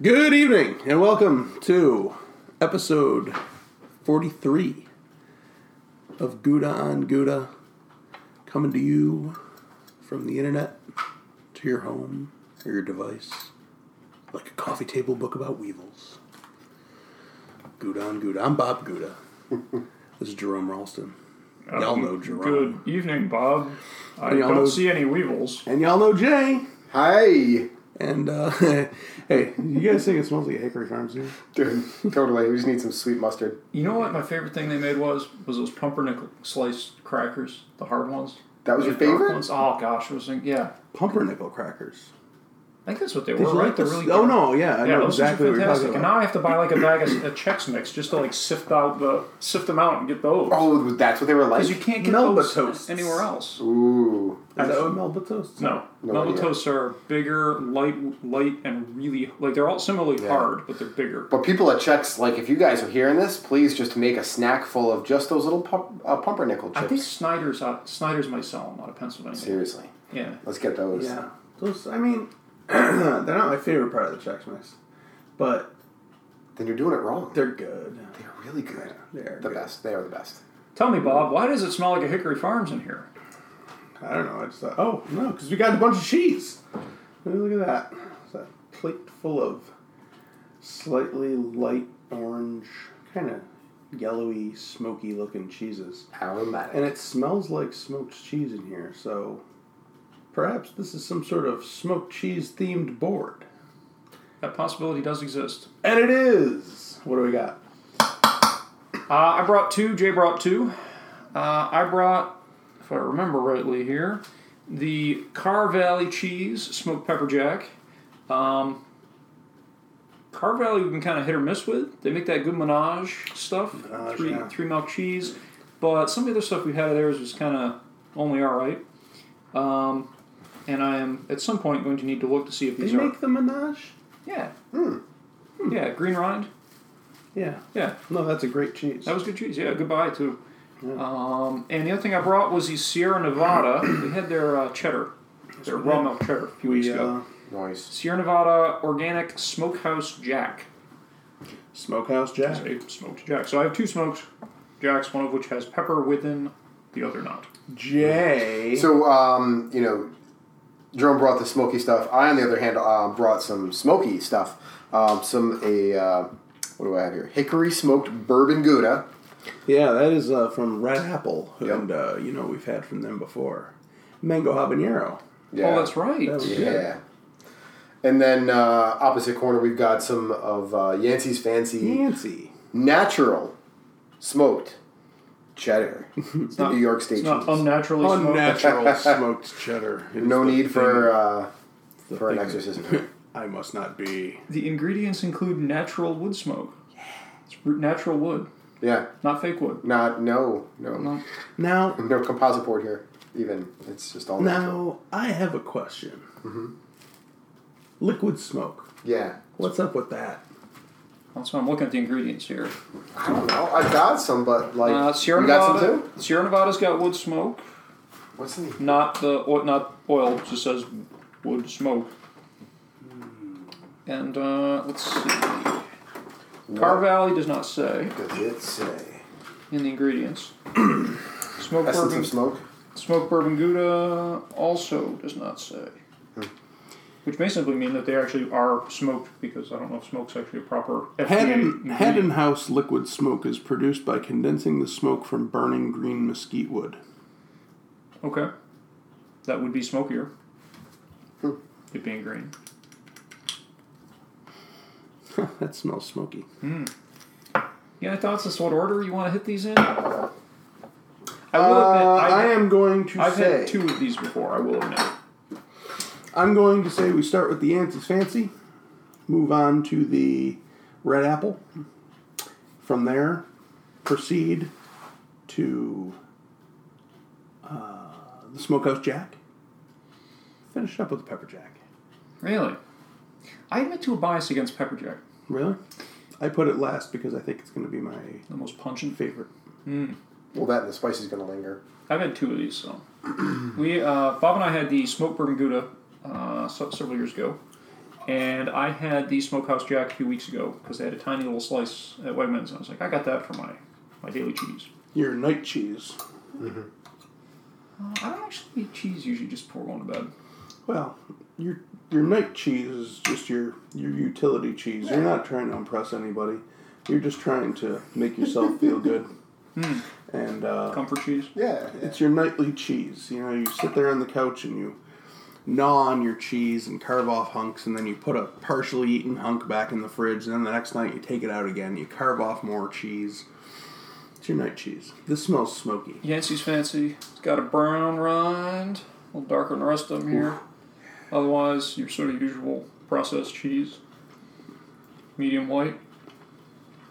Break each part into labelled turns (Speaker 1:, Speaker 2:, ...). Speaker 1: Good evening and welcome to episode 43 of Gouda on Gouda, coming to you from the internet to your home or your device, like a coffee table book about weevils. Gouda on Gouda. I'm Bob Gouda. this is Jerome Ralston. Y'all know Jerome.
Speaker 2: Good evening, Bob. I
Speaker 1: Y'all
Speaker 2: don't
Speaker 1: know-
Speaker 2: see any weevils.
Speaker 1: And y'all know Jay.
Speaker 3: Hi.
Speaker 1: And uh, hey, you guys think it smells like Hickory Farms here?
Speaker 3: Dude, totally. We just need some sweet mustard.
Speaker 2: You know what my favorite thing they made was? Was those pumpernickel sliced crackers, the hard ones.
Speaker 3: That was
Speaker 2: The
Speaker 3: your
Speaker 2: dark
Speaker 3: favorite?
Speaker 2: Ones. Oh gosh, I was thinking, yeah.
Speaker 1: Pumpernickel crackers.
Speaker 2: I think that's what they
Speaker 1: Did
Speaker 2: were,
Speaker 1: you
Speaker 2: right?
Speaker 1: like
Speaker 2: They're
Speaker 1: this?
Speaker 2: really
Speaker 1: oh
Speaker 2: good.
Speaker 1: no, yeah, I
Speaker 2: Yeah,
Speaker 1: know
Speaker 2: those things
Speaker 1: exactly
Speaker 2: are
Speaker 1: what you're
Speaker 2: fantastic.
Speaker 1: talking
Speaker 2: And
Speaker 1: about.
Speaker 2: now I have to buy like a bag of, of Chex Mix just to like sift out the sift them out and get those.
Speaker 3: Oh, that's what they were like?
Speaker 2: Because you can't get
Speaker 1: Melba
Speaker 2: those
Speaker 1: toasts.
Speaker 2: anywhere else.
Speaker 3: Ooh.
Speaker 1: Is that what Melba toast?
Speaker 2: No,
Speaker 3: No
Speaker 2: Melba
Speaker 3: idea.
Speaker 2: toasts are bigger, light, light, and really like they're all similarly hard, but they're bigger.
Speaker 3: But people at Chex, like, if you guys are hearing this, please just make a snack full of just those little pump, uh, pumpernickel chips.
Speaker 2: I think Snyder's out, Snyder's might sell them out of Pennsylvania.
Speaker 3: Seriously.
Speaker 2: Yeah.
Speaker 3: Let's get those.
Speaker 1: Yeah, those. I mean, they're not my favorite part of the Chex Mix, but
Speaker 3: Then you're doing it wrong.
Speaker 1: they're good.
Speaker 3: They're really good.
Speaker 1: They're
Speaker 3: the
Speaker 1: good.
Speaker 3: best. They are the best.
Speaker 2: Tell me, Bob, why does it smell like a Hickory Farms in here?
Speaker 1: I don't know. I just thought, oh no, because we got a bunch of cheese. Hey, Look at that. It's a plate full of slightly light orange, kind of yellowy, smoky looking cheeses,
Speaker 3: Aromatic.
Speaker 1: and it smells like smoked cheese in here. So perhaps this is some sort of smoked cheese themed board.
Speaker 2: That possibility does exist.
Speaker 1: And it is. What do we got?
Speaker 2: Uh, I brought two. Jay brought two. Uh, I brought, if I remember rightly here, the Car Valley cheese smoked pepper jack. Um, Car Valley we've been kind of hit or miss with. They make that good menage stuff,
Speaker 1: Menage,
Speaker 2: three
Speaker 1: yeah.
Speaker 2: three milk cheese, but some of the other stuff we had of theirs was kind of only all right. Um, and I am at some point going to need to look to see if
Speaker 1: They
Speaker 2: these are
Speaker 1: make the menage?
Speaker 2: yeah
Speaker 1: Hmm.
Speaker 2: yeah green rind
Speaker 1: Yeah.
Speaker 2: yeah
Speaker 1: No, that's a great cheese.
Speaker 2: That was good cheese. Yeah, goodbye too. Um, and the other thing I brought was the Sierra Nevada. they had their uh, cheddar, their raw milk cheddar a few weeks
Speaker 1: we
Speaker 2: ago.
Speaker 1: uh,
Speaker 3: Nice.
Speaker 2: Sierra Nevada Organic Smokehouse Jack.
Speaker 1: Smokehouse
Speaker 2: It's
Speaker 1: Jack.
Speaker 2: a smoked jack. So I have two smoked jacks, one of which has pepper within, the other not.
Speaker 1: Jay.
Speaker 3: So, um, you know, Jerome brought the smoky stuff. I, on the other hand, uh, brought some smoky stuff. Um, some a uh, what do I have here? Hickory smoked bourbon gouda.
Speaker 1: yeah, that is uh, from Red Apple,
Speaker 3: Yep.
Speaker 1: and uh, you know we've had from them before. Mango habanero.
Speaker 3: Yeah.
Speaker 2: Oh, that's right.
Speaker 1: That was
Speaker 3: Yeah.
Speaker 1: good.
Speaker 3: And then uh, opposite corner, we've got some of uh, Yancey's Fancy
Speaker 1: Nancy.
Speaker 3: natural smoked cheddar. it's
Speaker 2: not-
Speaker 3: New York State
Speaker 2: It's not
Speaker 3: cheese.
Speaker 2: unnaturally smoked.
Speaker 1: Unnatural smoked cheddar. It is
Speaker 3: no
Speaker 1: the
Speaker 3: need for
Speaker 1: thing-
Speaker 3: uh,
Speaker 1: the
Speaker 3: for an
Speaker 1: thing-
Speaker 3: exorcism.
Speaker 1: I must not be.
Speaker 2: The ingredients include natural wood smoke. Yeah. It's r- natural wood,
Speaker 3: yeah.
Speaker 2: not fake wood.
Speaker 3: Not no no no,
Speaker 2: No.
Speaker 1: Now,
Speaker 3: composite board here. Even it's just all natural.
Speaker 1: now I have a question. Mm-hmm. Liquid smoke.
Speaker 3: Yeah.
Speaker 1: What's up with that?
Speaker 2: That's why I'm looking at the ingredients here.
Speaker 3: I don't know. I got some, but like
Speaker 2: Uh, Sierra
Speaker 3: you got
Speaker 2: Nevada.
Speaker 3: some too.
Speaker 2: Sierra Nevada's got wood smoke,
Speaker 3: What's the
Speaker 2: not the oil, not oil. It just says wood smoke.
Speaker 3: Hmm.
Speaker 2: And uh, let's see. Car Valley does not say
Speaker 3: does it say?
Speaker 2: in the ingredients. smoke
Speaker 3: Essence
Speaker 2: bourbon,
Speaker 3: of smoke.
Speaker 2: smoke bourbon gouda also does not say.
Speaker 3: Hmm.
Speaker 2: Which may simply mean that they actually are smoked because I don't know if smoke's actually a proper FDA
Speaker 1: Haddon,
Speaker 2: ingredient.
Speaker 1: Haddon House liquid smoke is produced by condensing the smoke from burning green mesquite wood.
Speaker 2: Okay. That would be smokier.
Speaker 3: Hmm.
Speaker 2: It being green.
Speaker 1: that smells smoky.
Speaker 2: You got any thoughts as to what order you want to hit these in? I will
Speaker 1: Uh,
Speaker 2: admit,
Speaker 1: I
Speaker 2: I've,
Speaker 1: am going to
Speaker 2: I've
Speaker 1: say.
Speaker 2: had two of these before, I will admit.
Speaker 1: I'm going to say we start with the Auntie's Fancy, move on to the Red Apple. From there, proceed to uh, the Smokehouse Jack. Finish up with the Pepper Jack.
Speaker 2: Really? I admit to a bias against Pepper Jack,
Speaker 1: Really? I put it last because I think it's going to be my
Speaker 2: the most pungent.
Speaker 1: favorite.
Speaker 3: Well, that and the spice is going to linger.
Speaker 2: I've had two of these, so. we, uh, Bob and I had the smoked bourbon gouda uh, se- several years ago. and I had the Smokehouse Jack a few weeks ago because they had a tiny little slice at Wegmans, and I was like, I got that for my, my daily cheese.
Speaker 1: Your night cheese.
Speaker 2: Uh, I don't actually eat cheese usually, just pour one to bed.
Speaker 1: Well, your your night cheese is just your your utility cheese. You're not trying to impress anybody. You're just trying to make yourself feel good. Hmm. And uh,
Speaker 2: Comfort cheese.
Speaker 3: Yeah.
Speaker 1: it's your nightly cheese. You know, you sit there on the couch and you gnaw on your cheese and carve off hunks, and then you put a partially eaten hunk back in the fridge. And then the next night you take it out again. You carve off more cheese. It's your night cheese. This smells smoky.
Speaker 2: Yancey's Fancy. It's got a brown rind, a little darker than the rest of them here. Otherwise, your sort of usual processed cheese, medium white.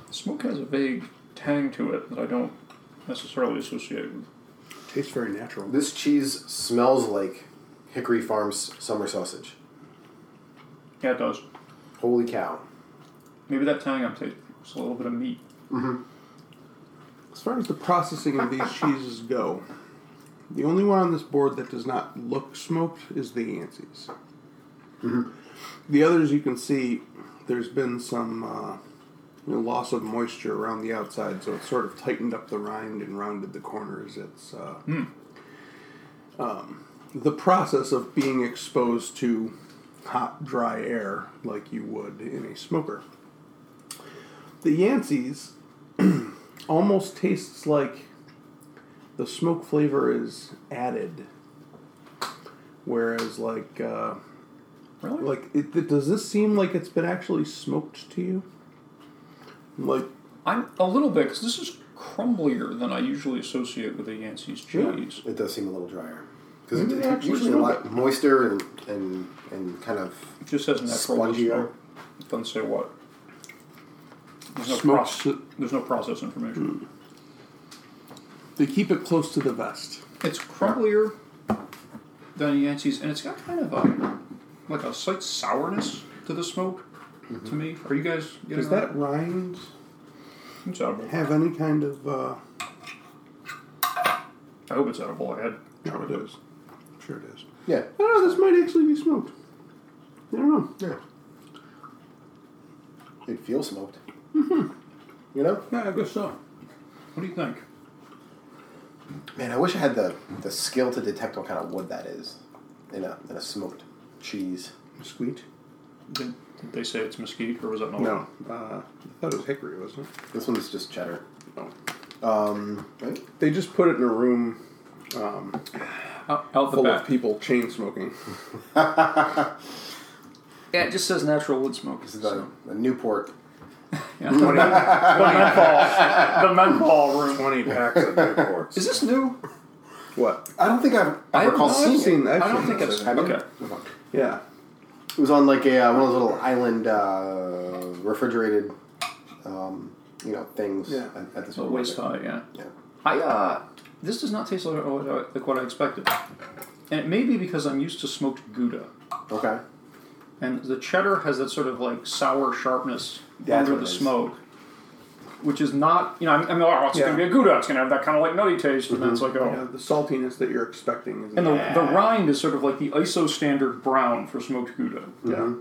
Speaker 2: The smoke has a vague tang to it that I don't necessarily associate with.
Speaker 1: Tastes very natural.
Speaker 3: This cheese smells like Hickory Farms summer sausage.
Speaker 2: Yeah, it does.
Speaker 3: Holy cow.
Speaker 2: Maybe that tang I'm tasting is a little bit of meat.
Speaker 1: As far as the processing of these cheeses go, the only one on this board that does not look smoked is the Yancey's. The others you can see, there's been some uh, you know, loss of moisture around the outside, so it's sort of tightened up the rind and rounded the corners. It's uh, um, the process of being exposed to hot, dry air like you would in a smoker. The Yancey's almost tastes like the smoke flavor is added. Whereas, like, uh,
Speaker 2: Really?
Speaker 1: like, it, th- does this seem like it's been actually smoked to you? Like,
Speaker 2: I'm a little bit, because this is crumblier than I usually associate with a Yancey's
Speaker 1: Yeah.
Speaker 2: cheese.
Speaker 3: It does seem a little drier. Because
Speaker 1: Maybe
Speaker 3: it's
Speaker 1: actually
Speaker 3: usually a
Speaker 1: smell
Speaker 3: lot moister and, and, and kind of.
Speaker 2: It just has natural
Speaker 3: Spongier.
Speaker 2: smoke. It doesn't say what. There's no,
Speaker 1: Smoke
Speaker 2: proc-
Speaker 1: si-
Speaker 2: there's no process information.
Speaker 1: they keep it close to the vest.
Speaker 2: It's crumblier than Yancey's, and it's got kind of a like a slight sourness to the smoke. To me, are you guys getting
Speaker 1: Does Mm-hmm. that rind
Speaker 2: It's edible.
Speaker 1: have any kind of. Uh,
Speaker 2: I hope it's edible. I had
Speaker 1: no, it is. I'm sure it is.
Speaker 3: Yeah.
Speaker 1: I don't know, this might actually be smoked. I don't know.
Speaker 3: Yeah. It feels smoked. Mm-hmm. You know?
Speaker 1: Yeah, I guess so.
Speaker 2: What do you think?
Speaker 3: Man, I wish I had the, the skill to detect what kind of wood that is in a, in a smoked cheese.
Speaker 1: Sweet.
Speaker 2: Did, did they say it's mesquite, or was that not?
Speaker 1: No, uh, I thought it was hickory, wasn't it?
Speaker 3: This one's just cheddar.
Speaker 1: No.
Speaker 3: Um, right?
Speaker 1: They just put it in a room
Speaker 2: Out, out the
Speaker 1: full of
Speaker 2: back.
Speaker 1: people chain smoking.
Speaker 2: Yeah, it just says natural wood smoke.
Speaker 3: This is a, a Newport.
Speaker 2: the menthol, the menthol room.
Speaker 1: 20 packs of Newports.
Speaker 2: Is this new?
Speaker 1: What?
Speaker 3: I don't think I've
Speaker 2: I
Speaker 3: I
Speaker 2: have
Speaker 3: recall
Speaker 2: not
Speaker 3: seeing
Speaker 1: seen
Speaker 3: it.
Speaker 1: that. I've
Speaker 2: I don't
Speaker 1: seen
Speaker 2: think
Speaker 1: that.
Speaker 2: it's
Speaker 3: Have you?
Speaker 2: okay.
Speaker 3: Okay.
Speaker 1: Yeah.
Speaker 3: It was on like a uh, one of those little island uh, refrigerated, um, you know, things
Speaker 1: Yeah.
Speaker 3: at, at the
Speaker 2: So waist
Speaker 3: supermarket.
Speaker 2: high, yeah.
Speaker 3: Yeah.
Speaker 2: I uh, this does not taste like what I, like what I expected, and it may be because I'm used to smoked Gouda,
Speaker 3: Okay.
Speaker 2: and the cheddar has that sort of like sour sharpness
Speaker 3: That's
Speaker 2: under
Speaker 3: what
Speaker 2: the
Speaker 3: it is.
Speaker 2: smoke, which is not you know I'm, I'm oh it's
Speaker 1: Yeah.
Speaker 2: gonna be a Gouda, it's gonna have that kind of like nutty taste, and then it's like oh,
Speaker 1: Yeah, the saltiness that you're expecting is
Speaker 2: and the, the rind is sort of like the ISO standard brown for smoked Gouda,
Speaker 1: yeah.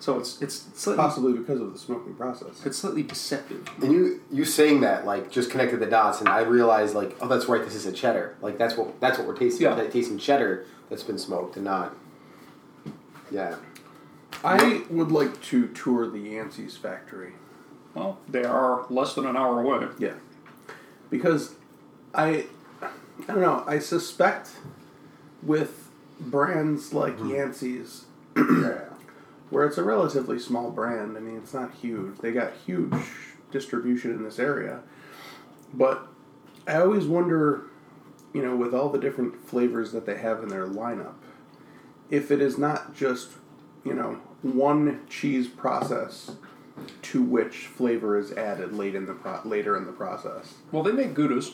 Speaker 2: so it's it's slightly
Speaker 1: Possibly because of the smoking process.
Speaker 2: it's slightly deceptive.
Speaker 3: And you you saying that like just connected the dots, and I realized like oh that's right, this is a cheddar. Like that's what that's what we're tasting.
Speaker 2: Yeah.
Speaker 3: We're tasting cheddar that's been smoked and not. Yeah.
Speaker 1: I would like to tour the Yancey's factory.
Speaker 2: Well, they are less than an hour away.
Speaker 1: Yeah. Because I I don't know, I suspect with brands like Mm-hmm. Yancey's
Speaker 3: yeah.
Speaker 1: where it's a relatively small brand. I mean, it's not huge. They got huge distribution in this area. But I always wonder, you know, with all the different flavors that they have in their lineup, if it is not just, you know, one cheese process to which flavor is added late in the pro- later in the process.
Speaker 2: Well, they make Goudas.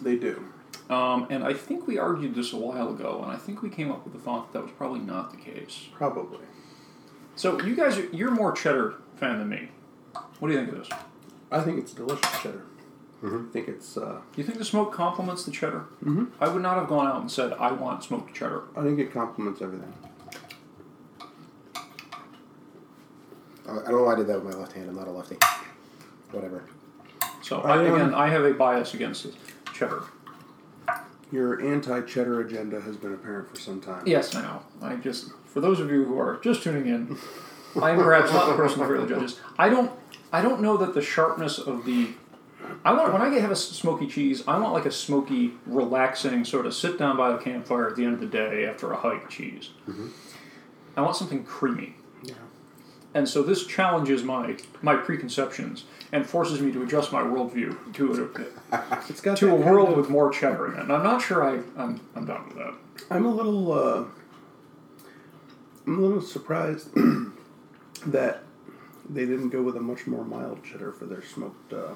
Speaker 1: They do.
Speaker 2: Um, and I think we argued this a while ago, and I think we came up with the thought that that was probably not the case.
Speaker 1: Probably.
Speaker 2: So you guys, are, you're more cheddar fan than me. What do you think of this?
Speaker 1: I think it's delicious cheddar. I think it's uh,
Speaker 2: Do you think the smoke complements the cheddar? Mm-hmm. I would not have gone out and said I want smoked cheddar.
Speaker 1: I think it complements everything.
Speaker 3: I I don't know why I did that with my left hand. I'm not a lefty. Whatever.
Speaker 2: So I,
Speaker 1: I, um,
Speaker 2: again, I have a bias against cheddar.
Speaker 1: Your anti-cheddar agenda has been apparent for some time.
Speaker 2: Yes, I know. I just for those of you who are just tuning in, I am perhaps not the person for the judges. I don't. I don't know that the sharpness of the. I want when I get- have a s- smoky cheese. I want like a smoky, relaxing sort of sit down by the campfire at the end of the day after a hike cheese. I want something creamy. And so this challenges my my preconceptions and forces me to adjust my worldview to a,
Speaker 1: It's got
Speaker 2: to a
Speaker 1: that kind
Speaker 2: world
Speaker 1: of-
Speaker 2: with more cheddar in it. And I'm not sure I I'm, I'm done with that.
Speaker 1: I'm a little uh, I'm a little surprised that they didn't go with a much more mild cheddar for their smoked. Uh,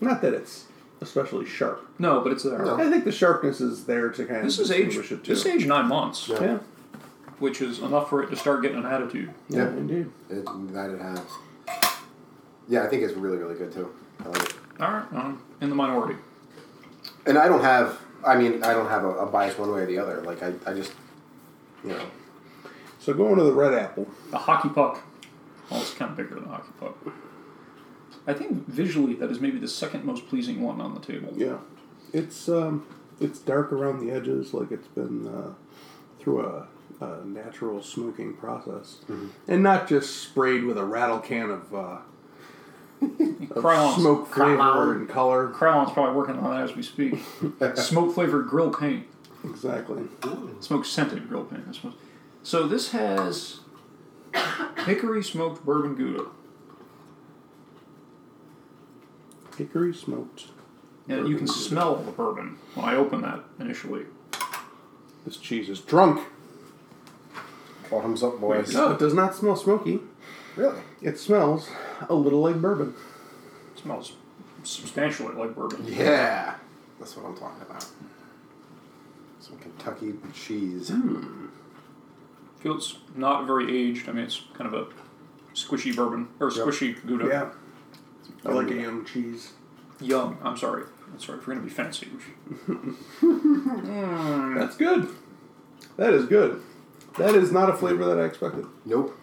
Speaker 1: not that it's especially sharp.
Speaker 2: No, but it's there.
Speaker 3: No.
Speaker 1: I think the sharpness is there to kind
Speaker 2: This
Speaker 1: of
Speaker 2: is age.
Speaker 1: distinguish it too.
Speaker 2: This is age nine months,
Speaker 3: Yeah.
Speaker 1: yeah,
Speaker 2: which is enough for it to start getting an attitude.
Speaker 1: yeah,
Speaker 3: Yeah.
Speaker 1: indeed.
Speaker 3: It, that it has. Yeah, I think it's really, really good too. I like it.
Speaker 2: All right, I'm in the minority.
Speaker 3: And I don't have. I mean, I don't have a, a bias one way or the other. Like I, I just, you know,
Speaker 1: So going to the red apple.
Speaker 2: The hockey puck. Well, it's kind of bigger than a hockey puck. I think visually that is maybe the second most pleasing one on the table.
Speaker 1: Yeah, it's um, it's dark around the edges, like it's been uh, through a, a natural smoking process, and not just sprayed with a rattle can of. Uh, of
Speaker 2: Krylon's,
Speaker 1: smoke flavor
Speaker 3: Krylon.
Speaker 1: and color.
Speaker 2: Krylon's probably working on that as we speak. Smoke flavored grill paint.
Speaker 1: Exactly.
Speaker 2: Smoke scented grill paint. This one. So this has hickory smoked bourbon gouda.
Speaker 1: Hickory smoked.
Speaker 2: And you can smell the bourbon when I open that initially.
Speaker 1: This cheese is drunk.
Speaker 3: bottoms up, boys.
Speaker 1: No, it does not smell smoky.
Speaker 3: Really?
Speaker 1: It smells a little like bourbon.
Speaker 2: It smells substantially like bourbon.
Speaker 3: Yeah, that's what I'm talking about. Some Kentucky cheese.
Speaker 2: feels not very aged. I mean, it's kind of a squishy bourbon or squishy gouda.
Speaker 1: Yeah. I like a young cheese.
Speaker 2: Young. I'm sorry. I'm sorry. If we're gonna be fancy, we should-
Speaker 1: That's good. That is good. That is not a flavor that I expected.
Speaker 3: Nope.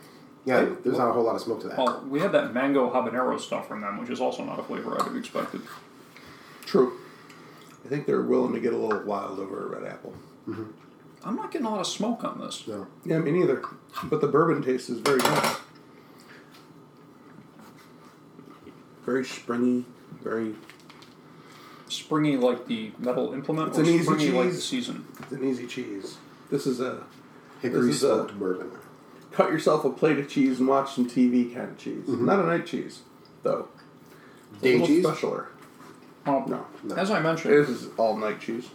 Speaker 3: Yeah, there's not a whole lot of smoke to that.
Speaker 2: well, we had that mango habanero stuff from them, which is also not a flavor I'd have expected.
Speaker 1: True. I think they're willing to get a little wild over a red apple.
Speaker 2: I'm not getting a lot of smoke on this.
Speaker 3: No.
Speaker 1: Yeah, me neither. But the bourbon taste is very nice. Very springy, very
Speaker 2: Springy like the metal implement,
Speaker 1: It's
Speaker 2: or
Speaker 1: an easy
Speaker 2: springy like the
Speaker 1: cheese.
Speaker 2: season.
Speaker 1: It's an easy cheese. This is a
Speaker 3: Hickory
Speaker 1: This is, uh,
Speaker 3: smoked bourbon.
Speaker 1: cut yourself a plate of cheese and watch some TV kind of cheese. Not a night cheese, though. It's a
Speaker 3: Day
Speaker 1: little
Speaker 3: cheese?
Speaker 1: specialer.
Speaker 2: Well,
Speaker 1: No,
Speaker 3: no.
Speaker 2: Um, as I mentioned,
Speaker 1: This is all night cheese.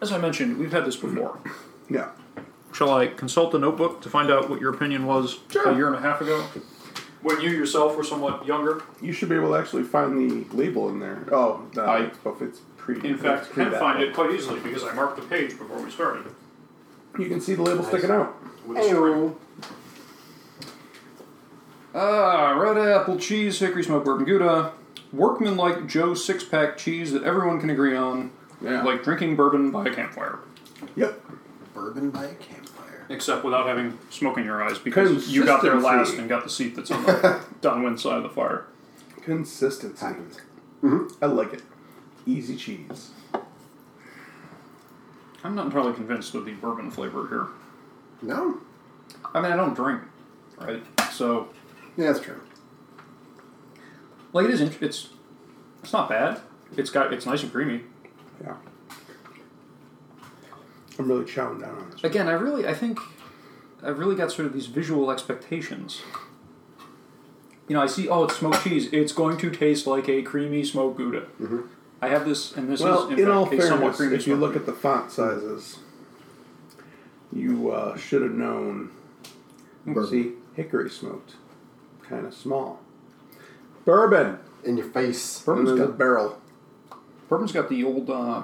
Speaker 2: as I mentioned, we've had this before.
Speaker 1: Yeah.
Speaker 2: Shall I consult the notebook to find out what your opinion was
Speaker 1: Sure.
Speaker 2: a year and a half ago, when you yourself were somewhat younger?
Speaker 1: You should be able to actually find the label in there. Oh, no,
Speaker 2: I-
Speaker 1: it's- but it's pre.
Speaker 2: In fact,
Speaker 1: it's pre
Speaker 2: can
Speaker 1: that.
Speaker 2: find it quite easily because I marked the page before we started.
Speaker 1: You can see the label sticking out.
Speaker 2: With a string. Ah, red apple cheese, hickory smoked bourbon gouda, workman-like Joe six-pack cheese that everyone can agree on,
Speaker 1: Yeah.
Speaker 2: like drinking bourbon by a campfire,
Speaker 1: Yep.
Speaker 3: Bourbon by a campfire.
Speaker 2: except without having smoke in your eyes because you got there
Speaker 1: Consistency.
Speaker 2: last and got the seat that's on the downwind side of the fire.
Speaker 1: Consistency. Mm-hmm.
Speaker 3: Happens.
Speaker 1: I like it. Easy cheese.
Speaker 2: I'm not entirely convinced of the bourbon flavor here.
Speaker 3: No.
Speaker 2: I mean, I don't drink, right? So,
Speaker 3: Yeah, that's true.
Speaker 2: like, it is. int- It's it's not bad. It's got it's nice and creamy.
Speaker 1: Yeah. I'm really chowing down on this.
Speaker 2: again i really i think i've really got sort of these visual expectations you know i see oh it's smoked cheese it's going to taste like a creamy smoked gouda i have this and this
Speaker 1: Mm-hmm. Well,
Speaker 2: is
Speaker 1: in
Speaker 2: fact,
Speaker 1: all
Speaker 2: a somewhat
Speaker 1: fairness,
Speaker 2: creamy
Speaker 1: if you
Speaker 2: smoked
Speaker 1: look
Speaker 2: gouda.
Speaker 1: at the font sizes, you uh, should have known.
Speaker 3: Bourbon.
Speaker 1: See, hickory smoked, kind of small. Bourbon.
Speaker 3: In your face.
Speaker 1: And
Speaker 2: Bourbon's
Speaker 1: there's a
Speaker 2: got,
Speaker 1: barrel.
Speaker 2: bourbon's got the old uh,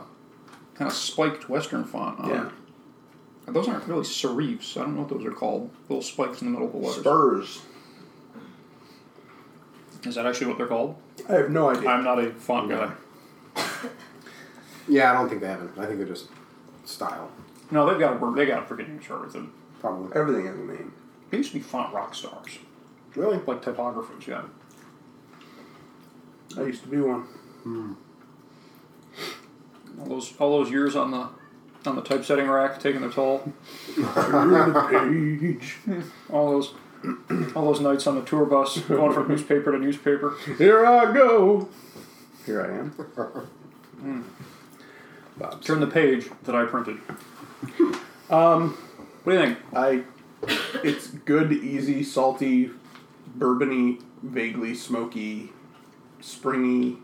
Speaker 2: kind of spiked western font on
Speaker 1: Yeah.
Speaker 2: it those aren't really serifs i don't know what those are called little spikes in the middle of the letters
Speaker 1: Spurs.
Speaker 2: is that actually what they're called
Speaker 1: I have no idea.
Speaker 2: i'm not a font guy
Speaker 3: Yeah, I don't think they have it. I think they're just style.
Speaker 2: no they've got a, they got a freaking name to start with them
Speaker 3: Probably.
Speaker 1: Everything has a name.
Speaker 2: they used to be font rock stars
Speaker 3: Really?
Speaker 2: like typographers. Yeah,
Speaker 1: I used to be one.
Speaker 2: all those all those years on the on the typesetting rack taking their toll.
Speaker 1: Page.
Speaker 2: All those all those nights on the tour bus going from newspaper to newspaper.
Speaker 1: Here I go. Here I am. Bob's.
Speaker 2: Turn the page that I printed. Um, what do you think?
Speaker 1: I. It's good, easy, salty, bourbony, vaguely smoky, springy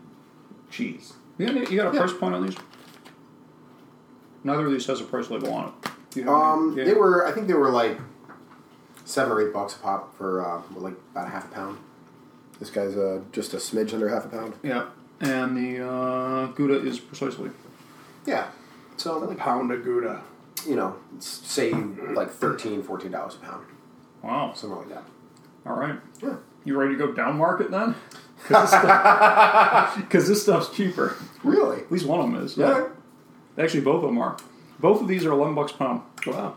Speaker 1: cheese.
Speaker 2: You got, any- you got a price point on these? Neither of these has a price label on it. Do you have
Speaker 3: Um,
Speaker 2: any-
Speaker 3: they
Speaker 2: yeah.
Speaker 3: were. I think they were like seven or eight bucks a pop for uh, like about a half a pound. This guy's uh, just a smidge under half a pound.
Speaker 2: Yeah, and the uh, Gouda is precisely.
Speaker 3: Yeah. So like
Speaker 1: Pound of Gouda.
Speaker 3: you know, s- say like 13 dollars a pound,
Speaker 2: Wow.
Speaker 3: something like that.
Speaker 2: All right.
Speaker 3: Yeah.
Speaker 2: You ready to go down market then? Because this, stuff's cheaper.
Speaker 3: Really?
Speaker 2: At least one of them is.
Speaker 3: Yeah.
Speaker 2: Actually, both of them are. Both of these are 11 bucks a pound.
Speaker 1: Wow.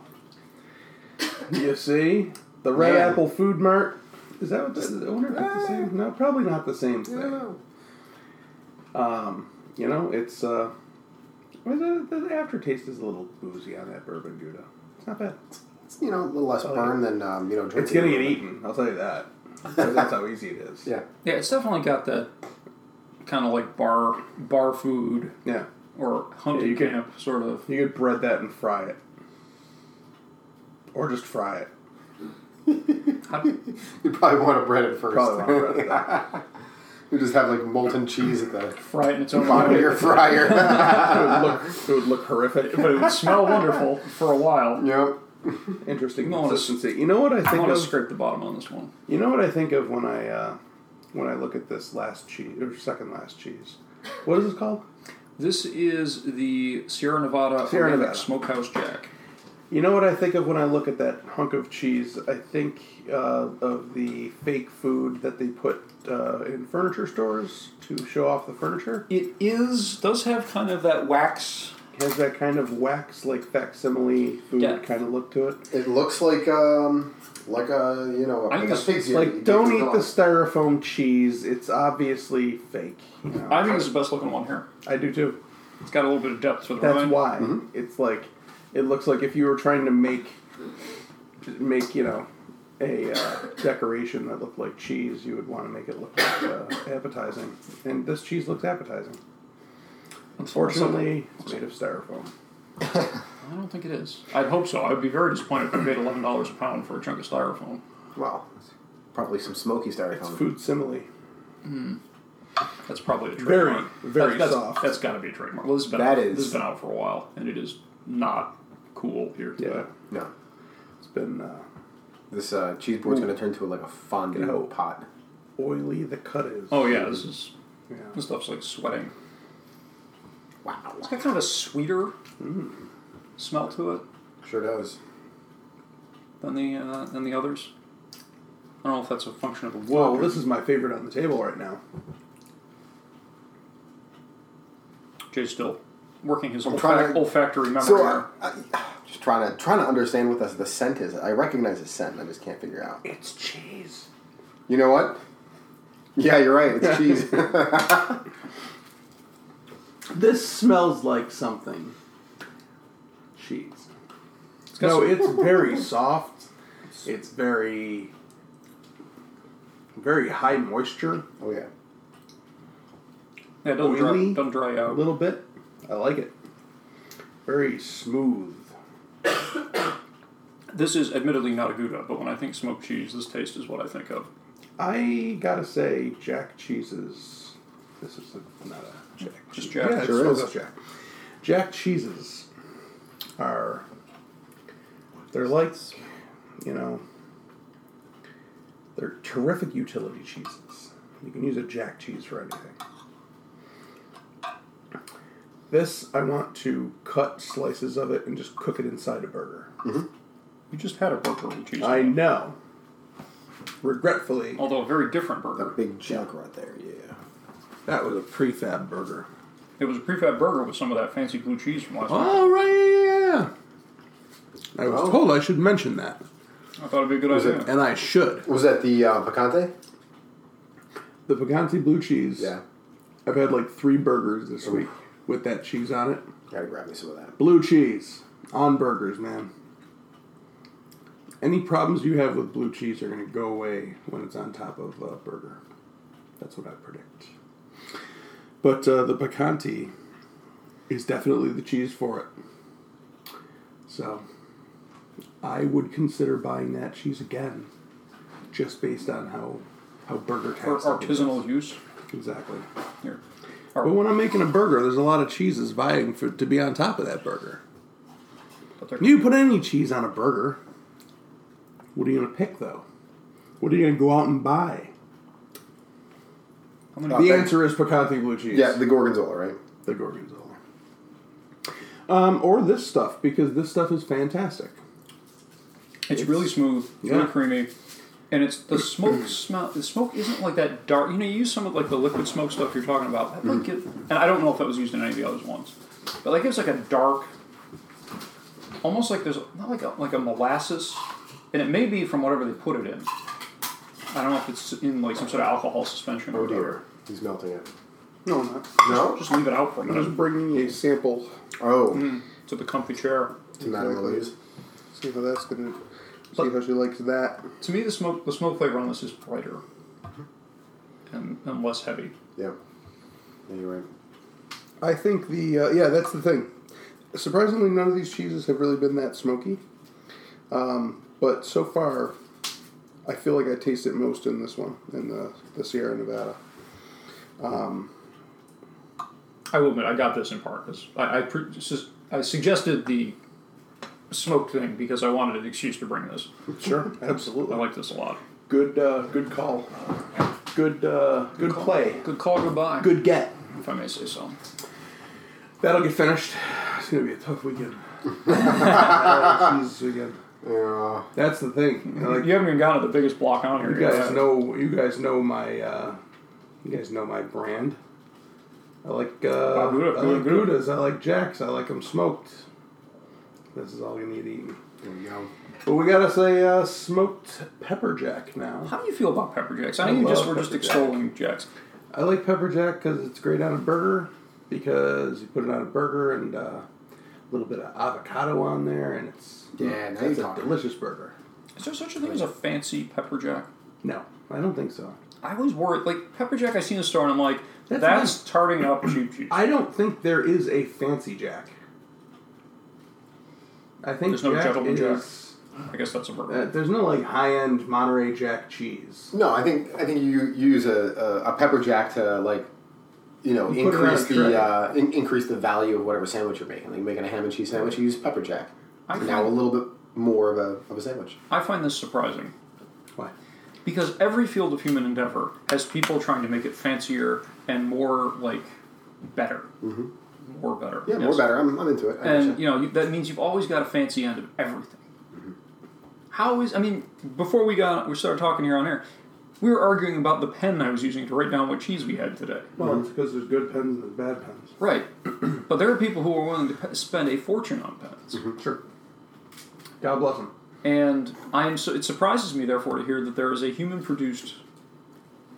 Speaker 1: You see? The Red
Speaker 3: Man.
Speaker 1: Apple Food Mart. Is that what this is? Ah. I wonder if it's the same. No, probably not the same
Speaker 3: I
Speaker 1: thing.
Speaker 3: don't know.
Speaker 1: You know, it's. uh well, the, the aftertaste is a little boozy on that bourbon Gouda. It's not bad.
Speaker 3: It's you know a little less
Speaker 1: Oh,
Speaker 3: burn than um, you know drinking.
Speaker 1: It's gonna get eaten, I'll tell you that. 'Cause that's how easy it is.
Speaker 3: Yeah.
Speaker 2: Yeah, it's definitely got that kind of like bar bar food
Speaker 1: Yeah.
Speaker 2: or hunting
Speaker 1: Yeah, you can-
Speaker 2: camp sort of.
Speaker 1: You could bread that and fry it. Or just fry it.
Speaker 2: How,
Speaker 3: You probably want to bread it first.
Speaker 1: Probably want to bread it up.
Speaker 3: you just have like molten cheese at the
Speaker 2: fry it in its own
Speaker 3: bottom of your
Speaker 2: way.
Speaker 3: fryer.
Speaker 1: it, would look, it would look horrific.
Speaker 2: But it would smell wonderful for a while.
Speaker 3: yep.
Speaker 1: Interesting
Speaker 2: No, it's-
Speaker 1: consistency. You know what I
Speaker 2: I'm
Speaker 1: think
Speaker 2: going to
Speaker 1: of?
Speaker 2: scrape the bottom on this one.
Speaker 1: You know what I think of when I uh, when I look at this last cheese or second last cheese. What is this called?
Speaker 2: This is the Sierra Nevada
Speaker 1: Sierra
Speaker 2: Organic
Speaker 1: Nevada.
Speaker 2: Smokehouse Jack.
Speaker 1: You know what I think of when I look at that hunk of cheese. I think uh, of the fake food that they put uh, in furniture stores to show off the furniture.
Speaker 2: It is does have kind of that wax.
Speaker 1: It has that kind of wax like facsimile food
Speaker 2: Yeah.
Speaker 1: kind of look to it.
Speaker 3: It looks like um like a you know a,
Speaker 2: I think
Speaker 3: like a
Speaker 2: it's
Speaker 3: pig's ear that you
Speaker 1: Like,
Speaker 3: dip
Speaker 1: don't
Speaker 3: your
Speaker 1: eat
Speaker 3: dog.
Speaker 1: the styrofoam cheese. It's obviously fake. You know?
Speaker 2: I think it's the best looking one here.
Speaker 1: I do too.
Speaker 2: It's got a little bit of depth to the
Speaker 1: That's
Speaker 2: rind.
Speaker 1: why it's like it looks like if you were trying to make make you know a uh, decoration that looked like cheese, you would want to make it look like, uh, appetizing. And this cheese looks appetizing. Unfortunately, it's made of styrofoam.
Speaker 2: I don't think it is. I'd hope so. I'd be very disappointed if we paid eleven dollars a pound for a chunk of styrofoam.
Speaker 3: Well, it's probably some smoky
Speaker 1: It's
Speaker 3: styrofoam.
Speaker 1: food simile.
Speaker 2: That's probably a
Speaker 1: Very,
Speaker 2: trademark.
Speaker 1: very
Speaker 2: That- that's,
Speaker 1: soft.
Speaker 2: That's got to be a trademark. Well, this has been
Speaker 3: That
Speaker 2: out,
Speaker 3: is-
Speaker 2: this has been out for a while, and it is not cool here today.
Speaker 1: Yeah,
Speaker 3: No,
Speaker 1: it's been uh,
Speaker 3: this uh, cheese board's going to turn into like a fondue
Speaker 1: No.
Speaker 3: pot.
Speaker 1: oily. The cut is.
Speaker 2: Oh yeah, this is
Speaker 1: Yeah.
Speaker 2: this stuff's like sweating.
Speaker 3: Wow,
Speaker 2: It's got kind of a sweeter smell to it
Speaker 3: sure does.
Speaker 2: than the uh, than the others. I don't know if that's a function of the wood.
Speaker 1: Whoa, this is my favorite on the table right now.
Speaker 2: Jay's still working his olfac-
Speaker 3: trying to-
Speaker 2: olfactory memory.
Speaker 3: So uh,
Speaker 2: here.
Speaker 3: I, I, just trying to trying to understand what the, the scent is. I recognize the scent. I just can't figure out.
Speaker 1: It's cheese.
Speaker 3: You know what? Oh, Yeah, you're right. It's cheese.
Speaker 1: This smells like something. Cheese.
Speaker 2: got
Speaker 1: no,
Speaker 2: some-
Speaker 1: it's very soft. It's very, very high moisture.
Speaker 3: oh yeah.
Speaker 2: yeah, it doesn't dry,
Speaker 1: oily.
Speaker 2: doesn't dry
Speaker 1: A
Speaker 2: out.
Speaker 1: little bit. I like it. Very smooth.
Speaker 2: This is admittedly not a Gouda, but when I think smoked cheese, this taste is what I think of.
Speaker 1: I gotta say, Jack Cheeses. This is a, not a Jack.
Speaker 2: Just
Speaker 1: Cheese.
Speaker 2: Jack.
Speaker 1: Yeah, it
Speaker 3: Sure
Speaker 1: smells
Speaker 3: is.
Speaker 1: like Jack. Jack Cheeses are. They're like, you know, they're terrific utility cheeses. You can use a jack cheese for anything. This, I want to cut slices of it and just cook it inside a burger.
Speaker 2: You just had a burger with cheese.
Speaker 1: I know. Regretfully,
Speaker 2: Although a very different
Speaker 3: That
Speaker 2: burger.
Speaker 3: big junk right there. Yeah.
Speaker 1: that was a prefab burger.
Speaker 2: It was a prefab burger with some of that fancy blue cheese from last night.
Speaker 1: Oh, right, yeah, yeah, yeah. I was
Speaker 3: Oh.
Speaker 1: told I should mention that.
Speaker 2: I thought it'd be a good
Speaker 3: Was
Speaker 2: idea.
Speaker 4: and I should.
Speaker 3: Was that the uh, picante?
Speaker 4: The picante blue cheese.
Speaker 3: Yeah.
Speaker 4: I've had like three burgers this week with that cheese on it.
Speaker 3: Gotta grab me some of that.
Speaker 4: Blue cheese on burgers, man. Any problems you have with blue cheese are going to go away when it's on top of a burger. That's what I predict. But uh, the picante is definitely the cheese for it. So I would consider buying that cheese again just based on how, how burger
Speaker 2: For
Speaker 4: tastes.
Speaker 2: artisanal use.
Speaker 4: Exactly.
Speaker 2: Here.
Speaker 4: But when I'm making a burger, there's a lot of cheeses vying for to be on top of that burger.
Speaker 2: But they're-
Speaker 4: You put any cheese on a burger. What are you gonna pick though? What are you gonna go out and buy?
Speaker 2: I'm gonna
Speaker 4: The
Speaker 3: Okay.
Speaker 4: answer is picante blue cheese.
Speaker 3: Yeah, the gorgonzola, right?
Speaker 4: the gorgonzola. Um, or this stuff because this stuff is fantastic.
Speaker 2: It's, really smooth, really
Speaker 4: Yeah.
Speaker 2: creamy, and it's the smoke smell. The smoke isn't like that dark. You know, you use some of like the liquid smoke stuff you're talking about. That,
Speaker 3: Mm-hmm.
Speaker 2: like, give- and I don't know if that was used in any of the others ones, but like it's like a dark, almost like there's not like a, like a molasses, and it may be from whatever they put it in. I don't know if it's in like some sort of alcohol suspension or
Speaker 3: Oh
Speaker 2: whatever.
Speaker 3: dear, he's melting it.
Speaker 4: No, I'm not.
Speaker 3: No.
Speaker 2: Just leave it out for a minute
Speaker 4: bringing a sample.
Speaker 3: Oh,
Speaker 2: to the comfy chair.
Speaker 3: tomato
Speaker 4: Exactly.
Speaker 3: glaze.
Speaker 4: See how that's gonna.
Speaker 2: see
Speaker 4: how she likes that.
Speaker 2: To me, the smoke the smoke flavor on this is brighter and, and less heavy.
Speaker 3: Yeah. Yeah, you're right.
Speaker 4: I think the uh, yeah, that's the thing. Surprisingly, none of these cheeses have really been that smoky. Um, but so far, I feel like I taste it most in this one in the, the Sierra Nevada.
Speaker 2: I will admit, I got this in part 'cause I I, pre- sus- I suggested the smoke thing because I wanted an excuse to bring this.
Speaker 4: Sure, absolutely.
Speaker 2: I like this a lot.
Speaker 4: Good, uh, good call. Good, uh, good play.
Speaker 2: Good call, goodbye.
Speaker 4: Good get.
Speaker 2: if I may say so.
Speaker 4: That'll get finished. It's gonna be a tough weekend. Uh, Jesus weekend.
Speaker 3: Yeah.
Speaker 4: That's the thing. I like-
Speaker 2: you haven't even gotten to the biggest block on here.
Speaker 4: You
Speaker 2: yet.
Speaker 4: guys know. You guys know my. Uh, you guys know my brand. I like. Uh,
Speaker 2: Gouda, Gouda,
Speaker 4: I like
Speaker 2: Gouda.
Speaker 4: Goudas. I like Jacks. I like them smoked. This is all you need to eat.
Speaker 3: There we go.
Speaker 4: But we gotta say uh, smoked pepper jack now.
Speaker 2: How do you feel about pepper jacks? I know
Speaker 4: I
Speaker 2: you just
Speaker 4: love
Speaker 2: were just
Speaker 4: pepper jack.
Speaker 2: extolling jacks.
Speaker 4: I like pepper jack because it's great on a burger because you put it on a burger and uh, a little bit of avocado on there and it's
Speaker 3: Yeah, now you're
Speaker 4: it's a
Speaker 3: talking.
Speaker 4: delicious burger.
Speaker 2: Is there such a thing as a fancy pepper jack?
Speaker 4: No, I don't think so.
Speaker 2: I always worry like pepper jack. I see in the store and I'm like,
Speaker 4: That's
Speaker 2: that's, tarting up cheap cheese.
Speaker 4: I don't think there is a fancy Jack. I think
Speaker 2: There's no
Speaker 4: Jack
Speaker 2: gentleman
Speaker 4: is.
Speaker 2: Jack. I guess that's a burger.
Speaker 4: Uh, there's no like high end Monterey Jack cheese.
Speaker 3: No, I think I think you use a, a, a pepper jack to like, you know,
Speaker 4: You put it on a
Speaker 3: increase
Speaker 4: tray.
Speaker 3: the uh, in, increase the value of whatever sandwich you're making. Like making a ham and cheese sandwich, you use pepper jack.
Speaker 2: I
Speaker 3: now a
Speaker 2: find-
Speaker 3: little bit more of a, of a sandwich.
Speaker 2: I find this surprising.
Speaker 4: Why?
Speaker 2: because every field of human endeavor has people trying to make it fancier and more like better, more better.
Speaker 3: Mm-hmm. Yeah,
Speaker 2: yes.
Speaker 3: more better. I'm, I'm into it.
Speaker 2: And
Speaker 3: I gotcha. Mm-hmm.
Speaker 2: you know you, that means you've always got a fancy end of everything. How is I mean? Before we got we started talking here on air, we were arguing about the pen I was using to write down what cheese we had today.
Speaker 4: Well, it's because there's good pens and there's bad pens.
Speaker 2: Right, but there are people who are willing to pe- spend a fortune on pens.
Speaker 4: Sure. God bless them.
Speaker 2: And I am so it surprises me therefore to hear that there is a human produced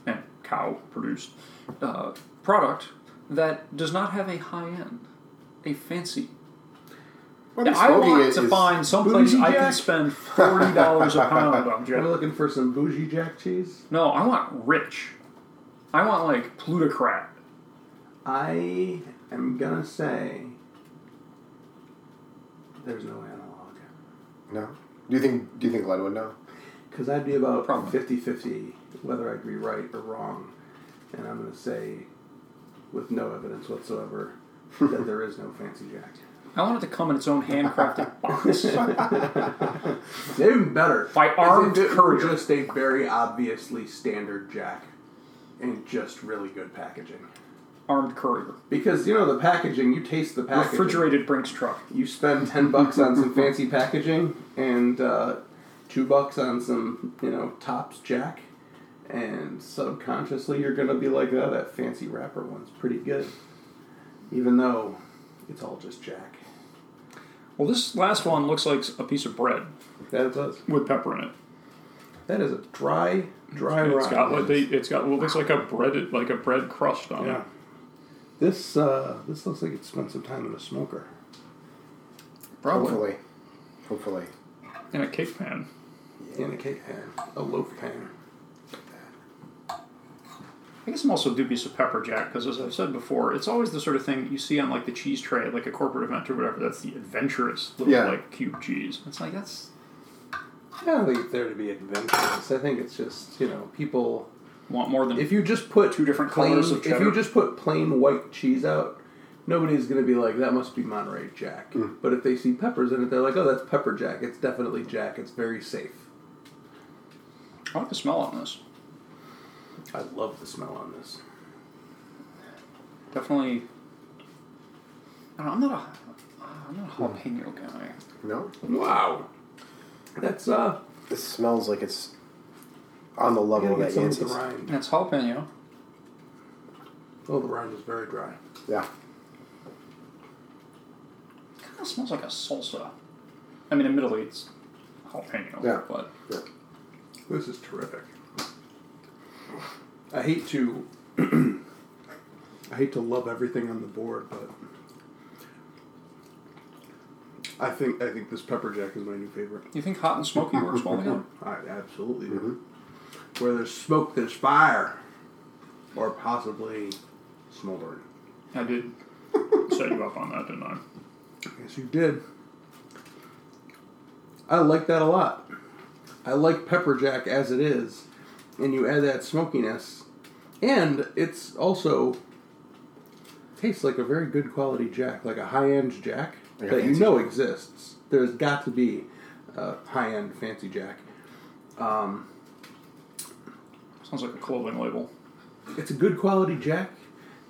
Speaker 2: and cow produced uh, product that does not have a high end, a fancy.
Speaker 3: Well,
Speaker 2: Yeah,
Speaker 3: mean,
Speaker 2: I
Speaker 3: smoking
Speaker 2: want
Speaker 3: is-
Speaker 2: to
Speaker 3: is-
Speaker 2: find someplace
Speaker 4: bougie
Speaker 2: I can
Speaker 4: jack.
Speaker 2: spend forty dollars a pound on.
Speaker 4: We're
Speaker 2: Jack.
Speaker 4: looking for some bougie Jack cheese.
Speaker 2: No, I want rich. I want like plutocrat.
Speaker 4: I am gonna say there's no analog
Speaker 3: No. Do you think Do you think Glenn would know?
Speaker 4: because I'd be about
Speaker 2: Probably.
Speaker 4: 50-50 whether I'd be right or wrong, and I'm gonna say with no evidence whatsoever that there is no fancy Jack.
Speaker 2: I want it to come in its own handcrafted box
Speaker 4: Even better.
Speaker 2: by armed
Speaker 4: As if it were
Speaker 2: courier.
Speaker 4: just a very obviously standard jack and just really good packaging.
Speaker 2: Armed courier.
Speaker 4: Because you know the packaging, you taste the packaging.
Speaker 2: Refrigerated Brinks truck.
Speaker 4: You spend ten bucks on some fancy packaging and uh, two bucks on some you know tops jack, and subconsciously you're gonna be like, oh, that fancy wrapper one's pretty good, even though it's all just jack.
Speaker 2: Well, this last one looks like a piece of bread.
Speaker 4: That it does.
Speaker 2: with pepper in it.
Speaker 4: That is a dry, dry
Speaker 2: It's
Speaker 4: rye.
Speaker 2: got what they it's got what looks like a bread like a bread crust on
Speaker 4: Yeah.
Speaker 2: it.
Speaker 4: This uh, this looks like it spent some time in a smoker.
Speaker 3: Hopefully. Hopefully.
Speaker 2: in a cake pan.
Speaker 4: In a cake pan. A loaf pan.
Speaker 2: I guess I'm also dubious of pepper jack because, as I've said before, it's always the sort of thing that you see on like the cheese tray at like a corporate event or whatever. That's the adventurous little
Speaker 3: Yeah.
Speaker 2: like cube cheese. It's like that's
Speaker 4: I don't think it's there to be adventurous. I think it's just, you know, people
Speaker 2: want more than
Speaker 4: if you just put
Speaker 2: Two different
Speaker 4: plain,
Speaker 2: colours of
Speaker 4: If
Speaker 2: cheddar.
Speaker 4: you just put plain white cheese out, nobody's gonna be like, that must be Monterey Jack. But if they see peppers in it, they're like, oh, that's pepper jack. It's definitely jack. It's very safe.
Speaker 2: I like the smell on this.
Speaker 4: I love the smell on this.
Speaker 2: Definitely. I don't know, I'm not a I'm not a jalapeno guy.
Speaker 3: No?
Speaker 4: Wow, that's uh,
Speaker 3: This smells like it's on the
Speaker 4: I'm
Speaker 3: level
Speaker 4: gonna
Speaker 3: of
Speaker 4: get
Speaker 3: that
Speaker 4: some of the
Speaker 3: Yancey's.
Speaker 4: rind.
Speaker 2: That's jalapeno.
Speaker 4: Oh, the rind is very dry.
Speaker 3: Yeah.
Speaker 2: Kind of smells like a salsa. I mean, admittedly, it's jalapeno.
Speaker 3: Yeah.
Speaker 2: But
Speaker 3: yeah.
Speaker 4: This is terrific. I hate to, I hate to love everything on the board, but I think I think this pepper jack is my new favorite.
Speaker 2: you think hot and smoky works well together?
Speaker 4: I absolutely do. Where there's smoke, there's fire, or possibly smoldering.
Speaker 2: I did set you up on that, didn't I?
Speaker 4: Yes, you did. I like that a lot. I like pepper jack as it is, and you add that smokiness, and it's also tastes like a very good quality jack, like a high end jack
Speaker 3: Like a
Speaker 4: that you
Speaker 3: fancy
Speaker 4: know exists. There's got to be a high end fancy jack.
Speaker 2: Sounds like a clothing label.
Speaker 4: It's a good quality jack.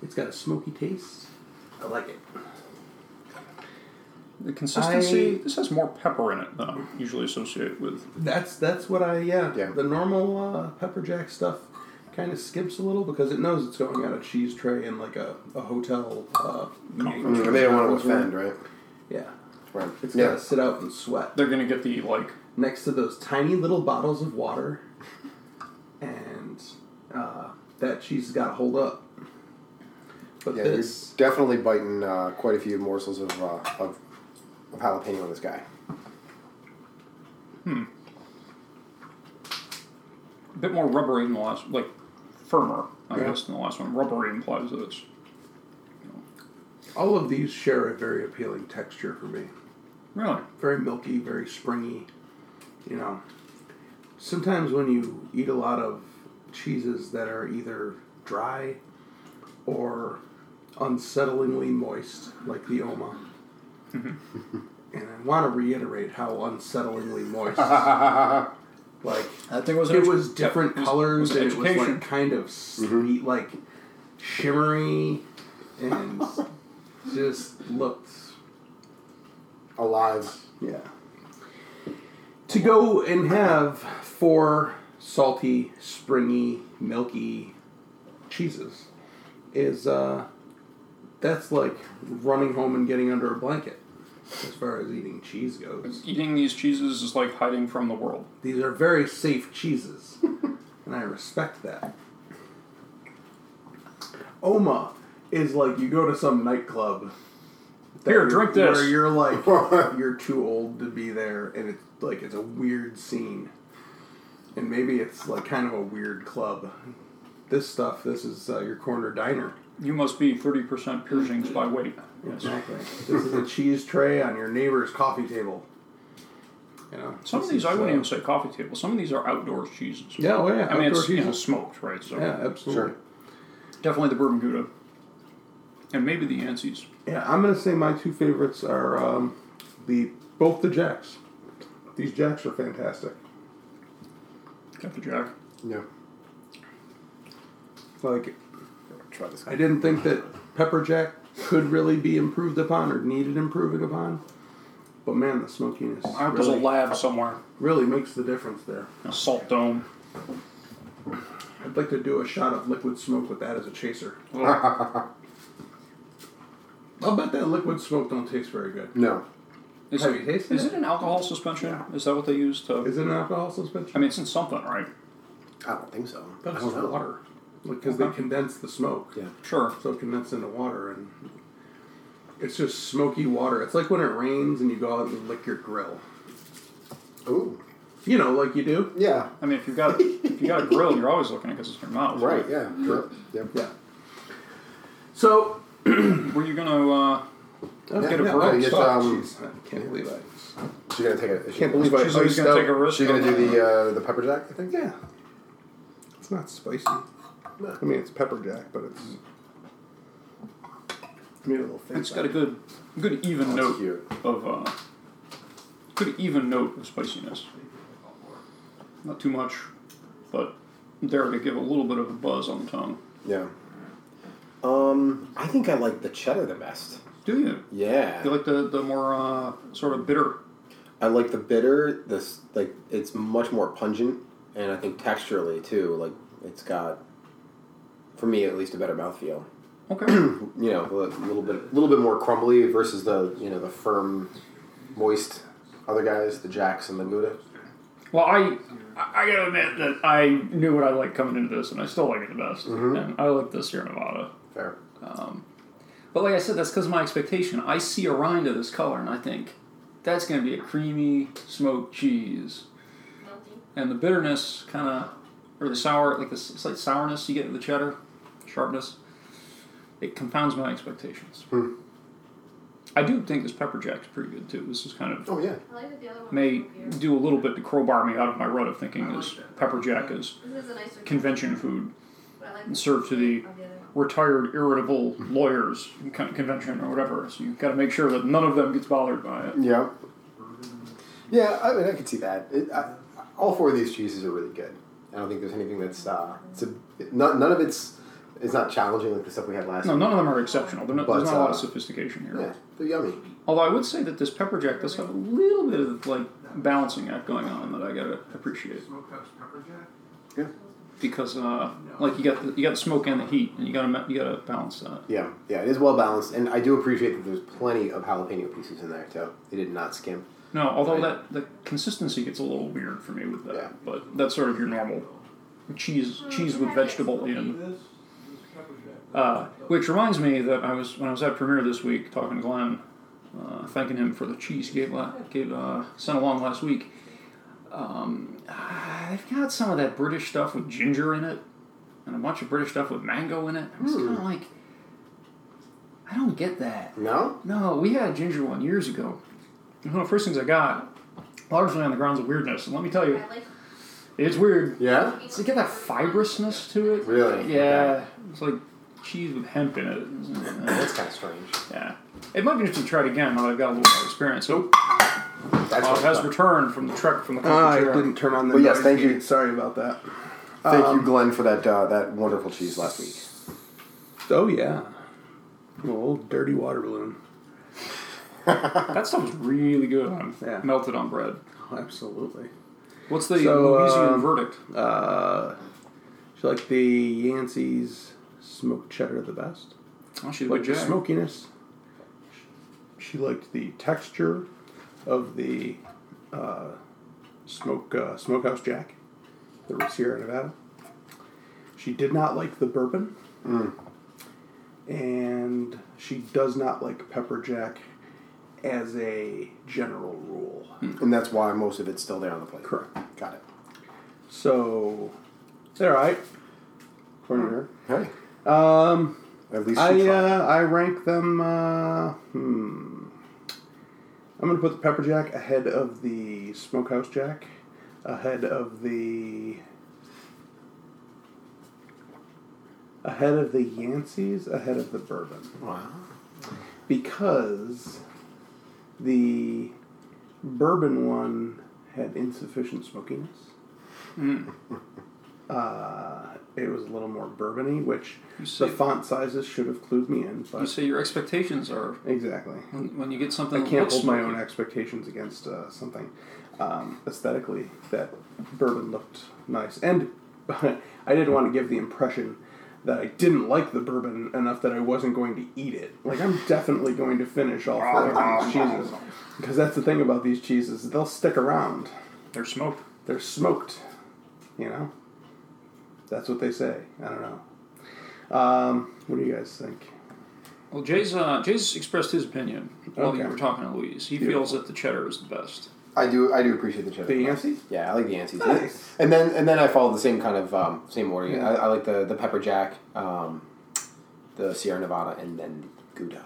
Speaker 4: It's got a smoky taste. I like it.
Speaker 2: The consistency.
Speaker 4: I-
Speaker 2: This has more pepper in it than I usually associate with.
Speaker 4: That's that's what I yeah.
Speaker 3: Yeah.
Speaker 4: The normal uh, pepper jack stuff kind of skips a little because it knows it's going on a cheese tray in like a, a hotel. Uh, meeting.
Speaker 2: Conference
Speaker 3: Mm, They don't want to offend, right?
Speaker 4: Yeah,
Speaker 3: Right.
Speaker 4: it's
Speaker 3: yeah.
Speaker 4: got to sit out and sweat
Speaker 2: They're gonna get the like.
Speaker 4: next to those tiny little bottles of water, and uh, that cheese has got to hold up. But
Speaker 3: Yeah, you're
Speaker 4: this
Speaker 3: definitely biting uh, quite a few morsels of, uh, of, of jalapeno on this guy.
Speaker 2: A bit more rubbery than the last, like firmer, I
Speaker 4: Yeah.
Speaker 2: guess, than the last one. Rubbery implies that it's
Speaker 4: all of these share a very appealing texture for me.
Speaker 2: really.
Speaker 4: very milky, very springy. You know, sometimes when you eat a lot of cheeses that are either dry or unsettlingly moist, like the Oma. and I want to reiterate how unsettlingly moist. like
Speaker 2: That thing was.
Speaker 4: it was different colors
Speaker 2: was
Speaker 4: and it was
Speaker 2: education.
Speaker 4: like kind of sweet, like shimmery, and just looked
Speaker 3: Alive.
Speaker 4: Yeah. To go and have four salty, springy, milky cheeses is uh that's like running home and getting under a blanket as far as eating cheese goes.
Speaker 2: Eating these cheeses is like hiding from the world.
Speaker 4: These are very safe cheeses, and I respect that. Oma is like you go to some nightclub. that
Speaker 2: Here,
Speaker 4: you're-
Speaker 2: drink this.
Speaker 4: Where you're like you're too old to be there, and it's like it's a weird scene, and maybe it's like kind of a weird club. This stuff, this is uh, your corner diner.
Speaker 2: You must be thirty percent piercings by weight.
Speaker 4: Exactly. this is a cheese tray on your neighbor's coffee table. You know,
Speaker 2: Some of
Speaker 4: this
Speaker 2: these
Speaker 4: is,
Speaker 2: I wouldn't
Speaker 4: uh,
Speaker 2: even say coffee table. Some of these are outdoors cheeses.
Speaker 4: Yeah, oh yeah.
Speaker 2: I mean,
Speaker 4: outdoor
Speaker 2: it's you know,
Speaker 4: cheeses.
Speaker 2: smoked, right? So
Speaker 4: Yeah, absolutely.
Speaker 3: Sure.
Speaker 2: definitely the bourbon gouda, and maybe the Yancey's.
Speaker 4: Yeah, I'm gonna say my two favorites are um, the both the jacks. These jacks are fantastic.
Speaker 2: Got the Jack.
Speaker 3: No.
Speaker 4: Like
Speaker 3: Try this
Speaker 4: I didn't think that pepper jack could really be improved upon or needed improving upon, but man, the smokiness
Speaker 2: I was a
Speaker 4: really,
Speaker 2: lab somewhere.
Speaker 4: really makes the difference there.
Speaker 2: A salt dome.
Speaker 4: I'd like to do a shot of liquid smoke with that as a chaser.
Speaker 3: Oh.
Speaker 4: I'll bet that liquid smoke don't taste very good.
Speaker 3: No.
Speaker 2: Is
Speaker 4: Have
Speaker 2: it-
Speaker 4: you tasted
Speaker 2: is
Speaker 4: it?
Speaker 2: it an alcohol suspension? Is that what they use to?
Speaker 4: Is it an alcohol
Speaker 2: I
Speaker 4: suspension?
Speaker 2: mean, it's in something, right?
Speaker 3: I don't think so. I
Speaker 2: That's
Speaker 3: don't know.
Speaker 2: water.
Speaker 4: Because they condense the smoke.
Speaker 3: Yeah.
Speaker 2: Sure.
Speaker 4: So it condensed into water and it's just smoky water. It's like when it rains and you go out and lick your grill.
Speaker 3: Ooh.
Speaker 4: You know, like you do.
Speaker 3: Yeah.
Speaker 2: I mean, if you've got if you got a grill, you're always looking at because it's in your mouth.
Speaker 3: Right. Yeah. Sure. Yep.
Speaker 4: Yeah. So
Speaker 2: Were you gonna? Uh,
Speaker 4: okay,
Speaker 2: get a
Speaker 4: yeah,
Speaker 2: break,
Speaker 4: oh,
Speaker 3: stop.
Speaker 4: fuck,
Speaker 3: Um,
Speaker 4: jeez, I can't believe I
Speaker 3: She's gonna take it.
Speaker 4: can't believe I
Speaker 2: she's always
Speaker 4: iced
Speaker 2: gonna
Speaker 4: out-
Speaker 2: take a risk.
Speaker 3: She's gonna
Speaker 2: on
Speaker 3: do
Speaker 2: that.
Speaker 3: the uh, the pepper jack. I think.
Speaker 4: Yeah. It's not spicy. I mean, it's pepper jack, but it's. Maybe a little thin.
Speaker 2: It's got a good, good even
Speaker 3: That's
Speaker 2: note
Speaker 3: cute.
Speaker 2: of, uh, good even note of spiciness. Not too much, but there to give a little bit of a buzz on the tongue.
Speaker 3: Yeah.
Speaker 5: Um, I think I like the cheddar the best.
Speaker 2: Do you?
Speaker 5: Yeah,
Speaker 2: You like the the more uh, sort of bitter?
Speaker 5: I like the bitter. This like it's much more pungent, and I think texturally too. Like it's got, for me at least, a better mouthfeel.
Speaker 2: Okay.
Speaker 5: You know, a little bit.
Speaker 3: A little bit more crumbly versus the you know the firm, moist other guys, the jacks and the gouda.
Speaker 2: Well, I I gotta admit that I knew what I liked coming into this, and I still like it the best. And I like this Sierra Nevada. Um,
Speaker 3: Fair.
Speaker 2: But like I said, that's because of my expectation. I see a rind of this color, and I think that's gonna be a creamy smoked cheese, and the bitterness kind of or the sour like the s- slight sourness you get with the cheddar, sharpness. It confounds my expectations. I do think this pepper jack's pretty good too. This is kind of
Speaker 3: Oh yeah.
Speaker 6: I like that the other one
Speaker 2: may
Speaker 6: was beer.
Speaker 2: do a little bit to crowbar me out of my rut of thinking this pepper jack is
Speaker 6: This is a nicer
Speaker 2: convention food
Speaker 6: but I like
Speaker 2: served to the
Speaker 6: the other one.
Speaker 2: retired irritable lawyers con- convention or whatever. So you've got to make sure that none of them gets bothered by it.
Speaker 3: Yeah. Yeah, I mean, I could see that. It, I, all four of these cheeses are really good. I don't think there's anything that's uh, it's a, none, none of it's it's not challenging like the stuff we had last.
Speaker 2: No,
Speaker 3: week.
Speaker 2: none of them are exceptional. They're not, there's
Speaker 3: But,
Speaker 2: not a lot
Speaker 3: uh,
Speaker 2: of sophistication here.
Speaker 3: Yeah, they're yummy.
Speaker 2: Although I would say that this pepper jack does have a little bit of like balancing act going on that I gotta appreciate
Speaker 3: Yeah.
Speaker 2: because uh, like you got the, you got the smoke and the heat and you gotta ma- you gotta balance that.
Speaker 3: Yeah, yeah, it is well balanced, and I do appreciate that there's plenty of jalapeno pieces in there too. They did not skimp.
Speaker 2: No, although
Speaker 3: Right.
Speaker 2: that the consistency gets a little weird for me with that.
Speaker 3: Yeah.
Speaker 2: But that's sort of your normal cheese cheese with vegetable in. Uh, which reminds me that I was when I was at premiere this week talking to Glenn, uh, thanking him for the cheese he gave, la- gave uh, sent along last week. Um, I've got some of that British stuff with ginger in it, and a bunch of British stuff with mango in it. I
Speaker 3: Hmm.
Speaker 2: was kind of like, I don't get that.
Speaker 3: No,
Speaker 2: No, we had a ginger one years ago. One of the first things I got, largely on the grounds of weirdness. And let me tell you,
Speaker 6: I like
Speaker 2: it's weird.
Speaker 3: yeah,
Speaker 2: It's got that fibrousness to it.
Speaker 3: Really?
Speaker 2: Yeah. It's like cheese with hemp in it.
Speaker 3: that's kind of strange.
Speaker 2: Yeah. It might be interesting to try it again now that I've got a little more experience. Oh,
Speaker 3: That's
Speaker 2: uh,
Speaker 3: what
Speaker 2: it has returned from the trek from the
Speaker 4: Ah, I
Speaker 2: comfort chair.
Speaker 4: didn't turn on the.
Speaker 3: But yes,
Speaker 4: noise
Speaker 3: thank you.
Speaker 4: gate. Sorry about that.
Speaker 3: Thank you, Glenn, for that uh, that wonderful cheese last week.
Speaker 4: Oh yeah, An old dirty water balloon.
Speaker 2: That stuff was really good on
Speaker 4: Yeah.
Speaker 2: melted on bread.
Speaker 4: Oh, Absolutely.
Speaker 2: What's the
Speaker 4: So,
Speaker 2: Louisiana
Speaker 4: um,
Speaker 2: verdict?
Speaker 4: Uh, she liked the Yancey's smoked cheddar the best.
Speaker 2: Oh, she's
Speaker 4: She
Speaker 2: a good
Speaker 4: liked the
Speaker 2: jack.
Speaker 4: smokiness. She liked the texture of the uh, smoke uh, smokehouse jack that was here in Nevada. She did not like the bourbon, and she does not like pepper jack as a general rule.
Speaker 3: And that's why most of it's still there on the plate.
Speaker 4: Correct.
Speaker 3: Got it.
Speaker 4: So, they're all right. According to her.
Speaker 3: Hey,
Speaker 4: Um,
Speaker 3: at least
Speaker 4: I
Speaker 3: you tried.
Speaker 4: uh, I rank them. Uh, hmm. I'm gonna put the pepper jack ahead of the smokehouse jack, ahead of the ahead of the Yancey's, ahead of the bourbon
Speaker 3: Wow.
Speaker 4: because the bourbon one had insufficient smokiness. Uh, it was a little more bourbony, which
Speaker 2: You
Speaker 4: the
Speaker 2: see-
Speaker 4: font sizes should have clued me in.
Speaker 2: You
Speaker 4: But
Speaker 2: say your expectations are
Speaker 4: exactly,
Speaker 2: when, when you get something.
Speaker 4: I
Speaker 2: that
Speaker 4: can't
Speaker 2: looks
Speaker 4: hold my
Speaker 2: smoky.
Speaker 4: own expectations against uh, something um, aesthetically that bourbon looked nice, and I didn't want to give the impression that I didn't like the bourbon enough that I wasn't going to eat it. Like I'm definitely going to finish all four of these cheeses because that's the thing about these cheeses; they'll stick around.
Speaker 2: They're smoked.
Speaker 4: They're smoked, you know. That's what they say. I don't know. Um, what do you guys think?
Speaker 2: Well, Jay's uh, Jay's expressed his opinion while you
Speaker 4: Okay.
Speaker 2: were talking to Louise. He feels that the cheddar is the best.
Speaker 7: I do. I do appreciate the cheddar.
Speaker 4: The Yancey?
Speaker 3: Yeah, I like the Yancy's.
Speaker 4: Nice.
Speaker 3: And then and then I follow the same kind of um, same order. I, I like the the pepper jack, um, the Sierra Nevada, and then Gouda.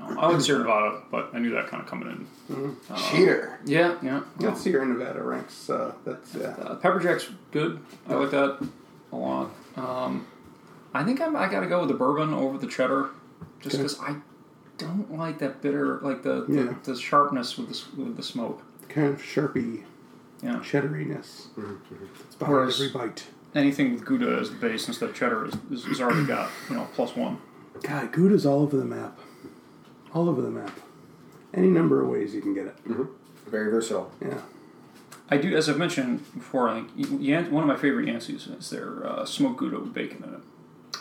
Speaker 2: Um, I like Sierra Nevada, but I knew that kind of coming in.
Speaker 7: Cheater.
Speaker 2: Yeah, yeah.
Speaker 4: That Sierra Nevada ranks. Uh, that's yeah.
Speaker 2: Uh, Pepper Jack's good. I like that a lot. Um, I think I'm, I got to go with the bourbon over the cheddar, just
Speaker 4: Okay.
Speaker 2: because I don't like that bitter, like the the,
Speaker 4: Yeah.
Speaker 2: the sharpness with the s- with the smoke.
Speaker 4: kind of sharpie
Speaker 2: Yeah,
Speaker 4: cheddariness.
Speaker 3: Mm-hmm,
Speaker 4: It's behind
Speaker 2: Whereas-
Speaker 4: every bite.
Speaker 2: anything with Gouda as the base instead of cheddar is, is, is already got you know plus one.
Speaker 4: God, Gouda's all over the map. All over the map. Any number of ways you can get it.
Speaker 3: Very versatile.
Speaker 4: Yeah.
Speaker 2: I do, as I've mentioned before. I think Y- Yan- one of my favorite Yancey's is their uh, smoked Gouda with bacon in it.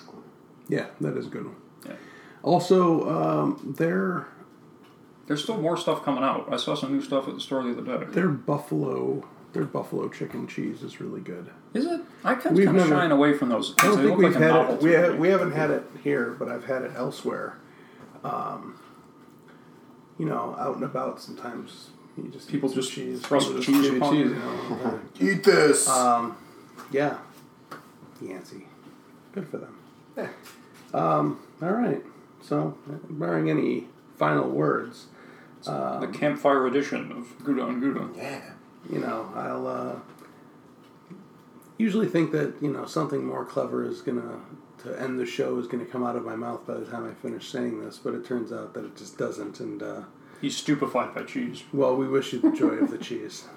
Speaker 4: Yeah, that is a good one.
Speaker 2: Yeah.
Speaker 4: Also, um, their
Speaker 2: There's still more stuff coming out. I saw some new stuff at the store the other day.
Speaker 4: their buffalo their buffalo chicken cheese is really good.
Speaker 2: Is it? I kept
Speaker 4: We've
Speaker 2: kind of
Speaker 4: never-
Speaker 2: shying away from those.
Speaker 4: I
Speaker 2: because
Speaker 4: don't
Speaker 2: they
Speaker 4: think
Speaker 2: look
Speaker 4: we've
Speaker 2: like a
Speaker 4: had it.
Speaker 2: novelty
Speaker 4: We,
Speaker 2: to
Speaker 4: ha-
Speaker 2: me.
Speaker 4: we haven't had it here, but I've had it elsewhere. Um, you know, out and about sometimes you just eat
Speaker 2: People
Speaker 4: some
Speaker 2: just
Speaker 4: cheese,
Speaker 2: thrust
Speaker 4: People
Speaker 2: cheese
Speaker 4: eat
Speaker 2: upon you.
Speaker 4: you know,
Speaker 7: Eat this.
Speaker 4: Um, yeah, Yancy, good for them.
Speaker 7: Eh.
Speaker 4: Um, all right. So, barring any final words,
Speaker 2: the campfire edition of Gouda and Gouda.
Speaker 7: yeah.
Speaker 4: you know, I'll uh, usually think that you know something more clever is gonna to end the show is gonna come out of my mouth by the time I finish saying this, but it turns out that it just doesn't. And uh,
Speaker 2: He's stupefied by cheese.
Speaker 4: well, we wish you the joy of the cheese.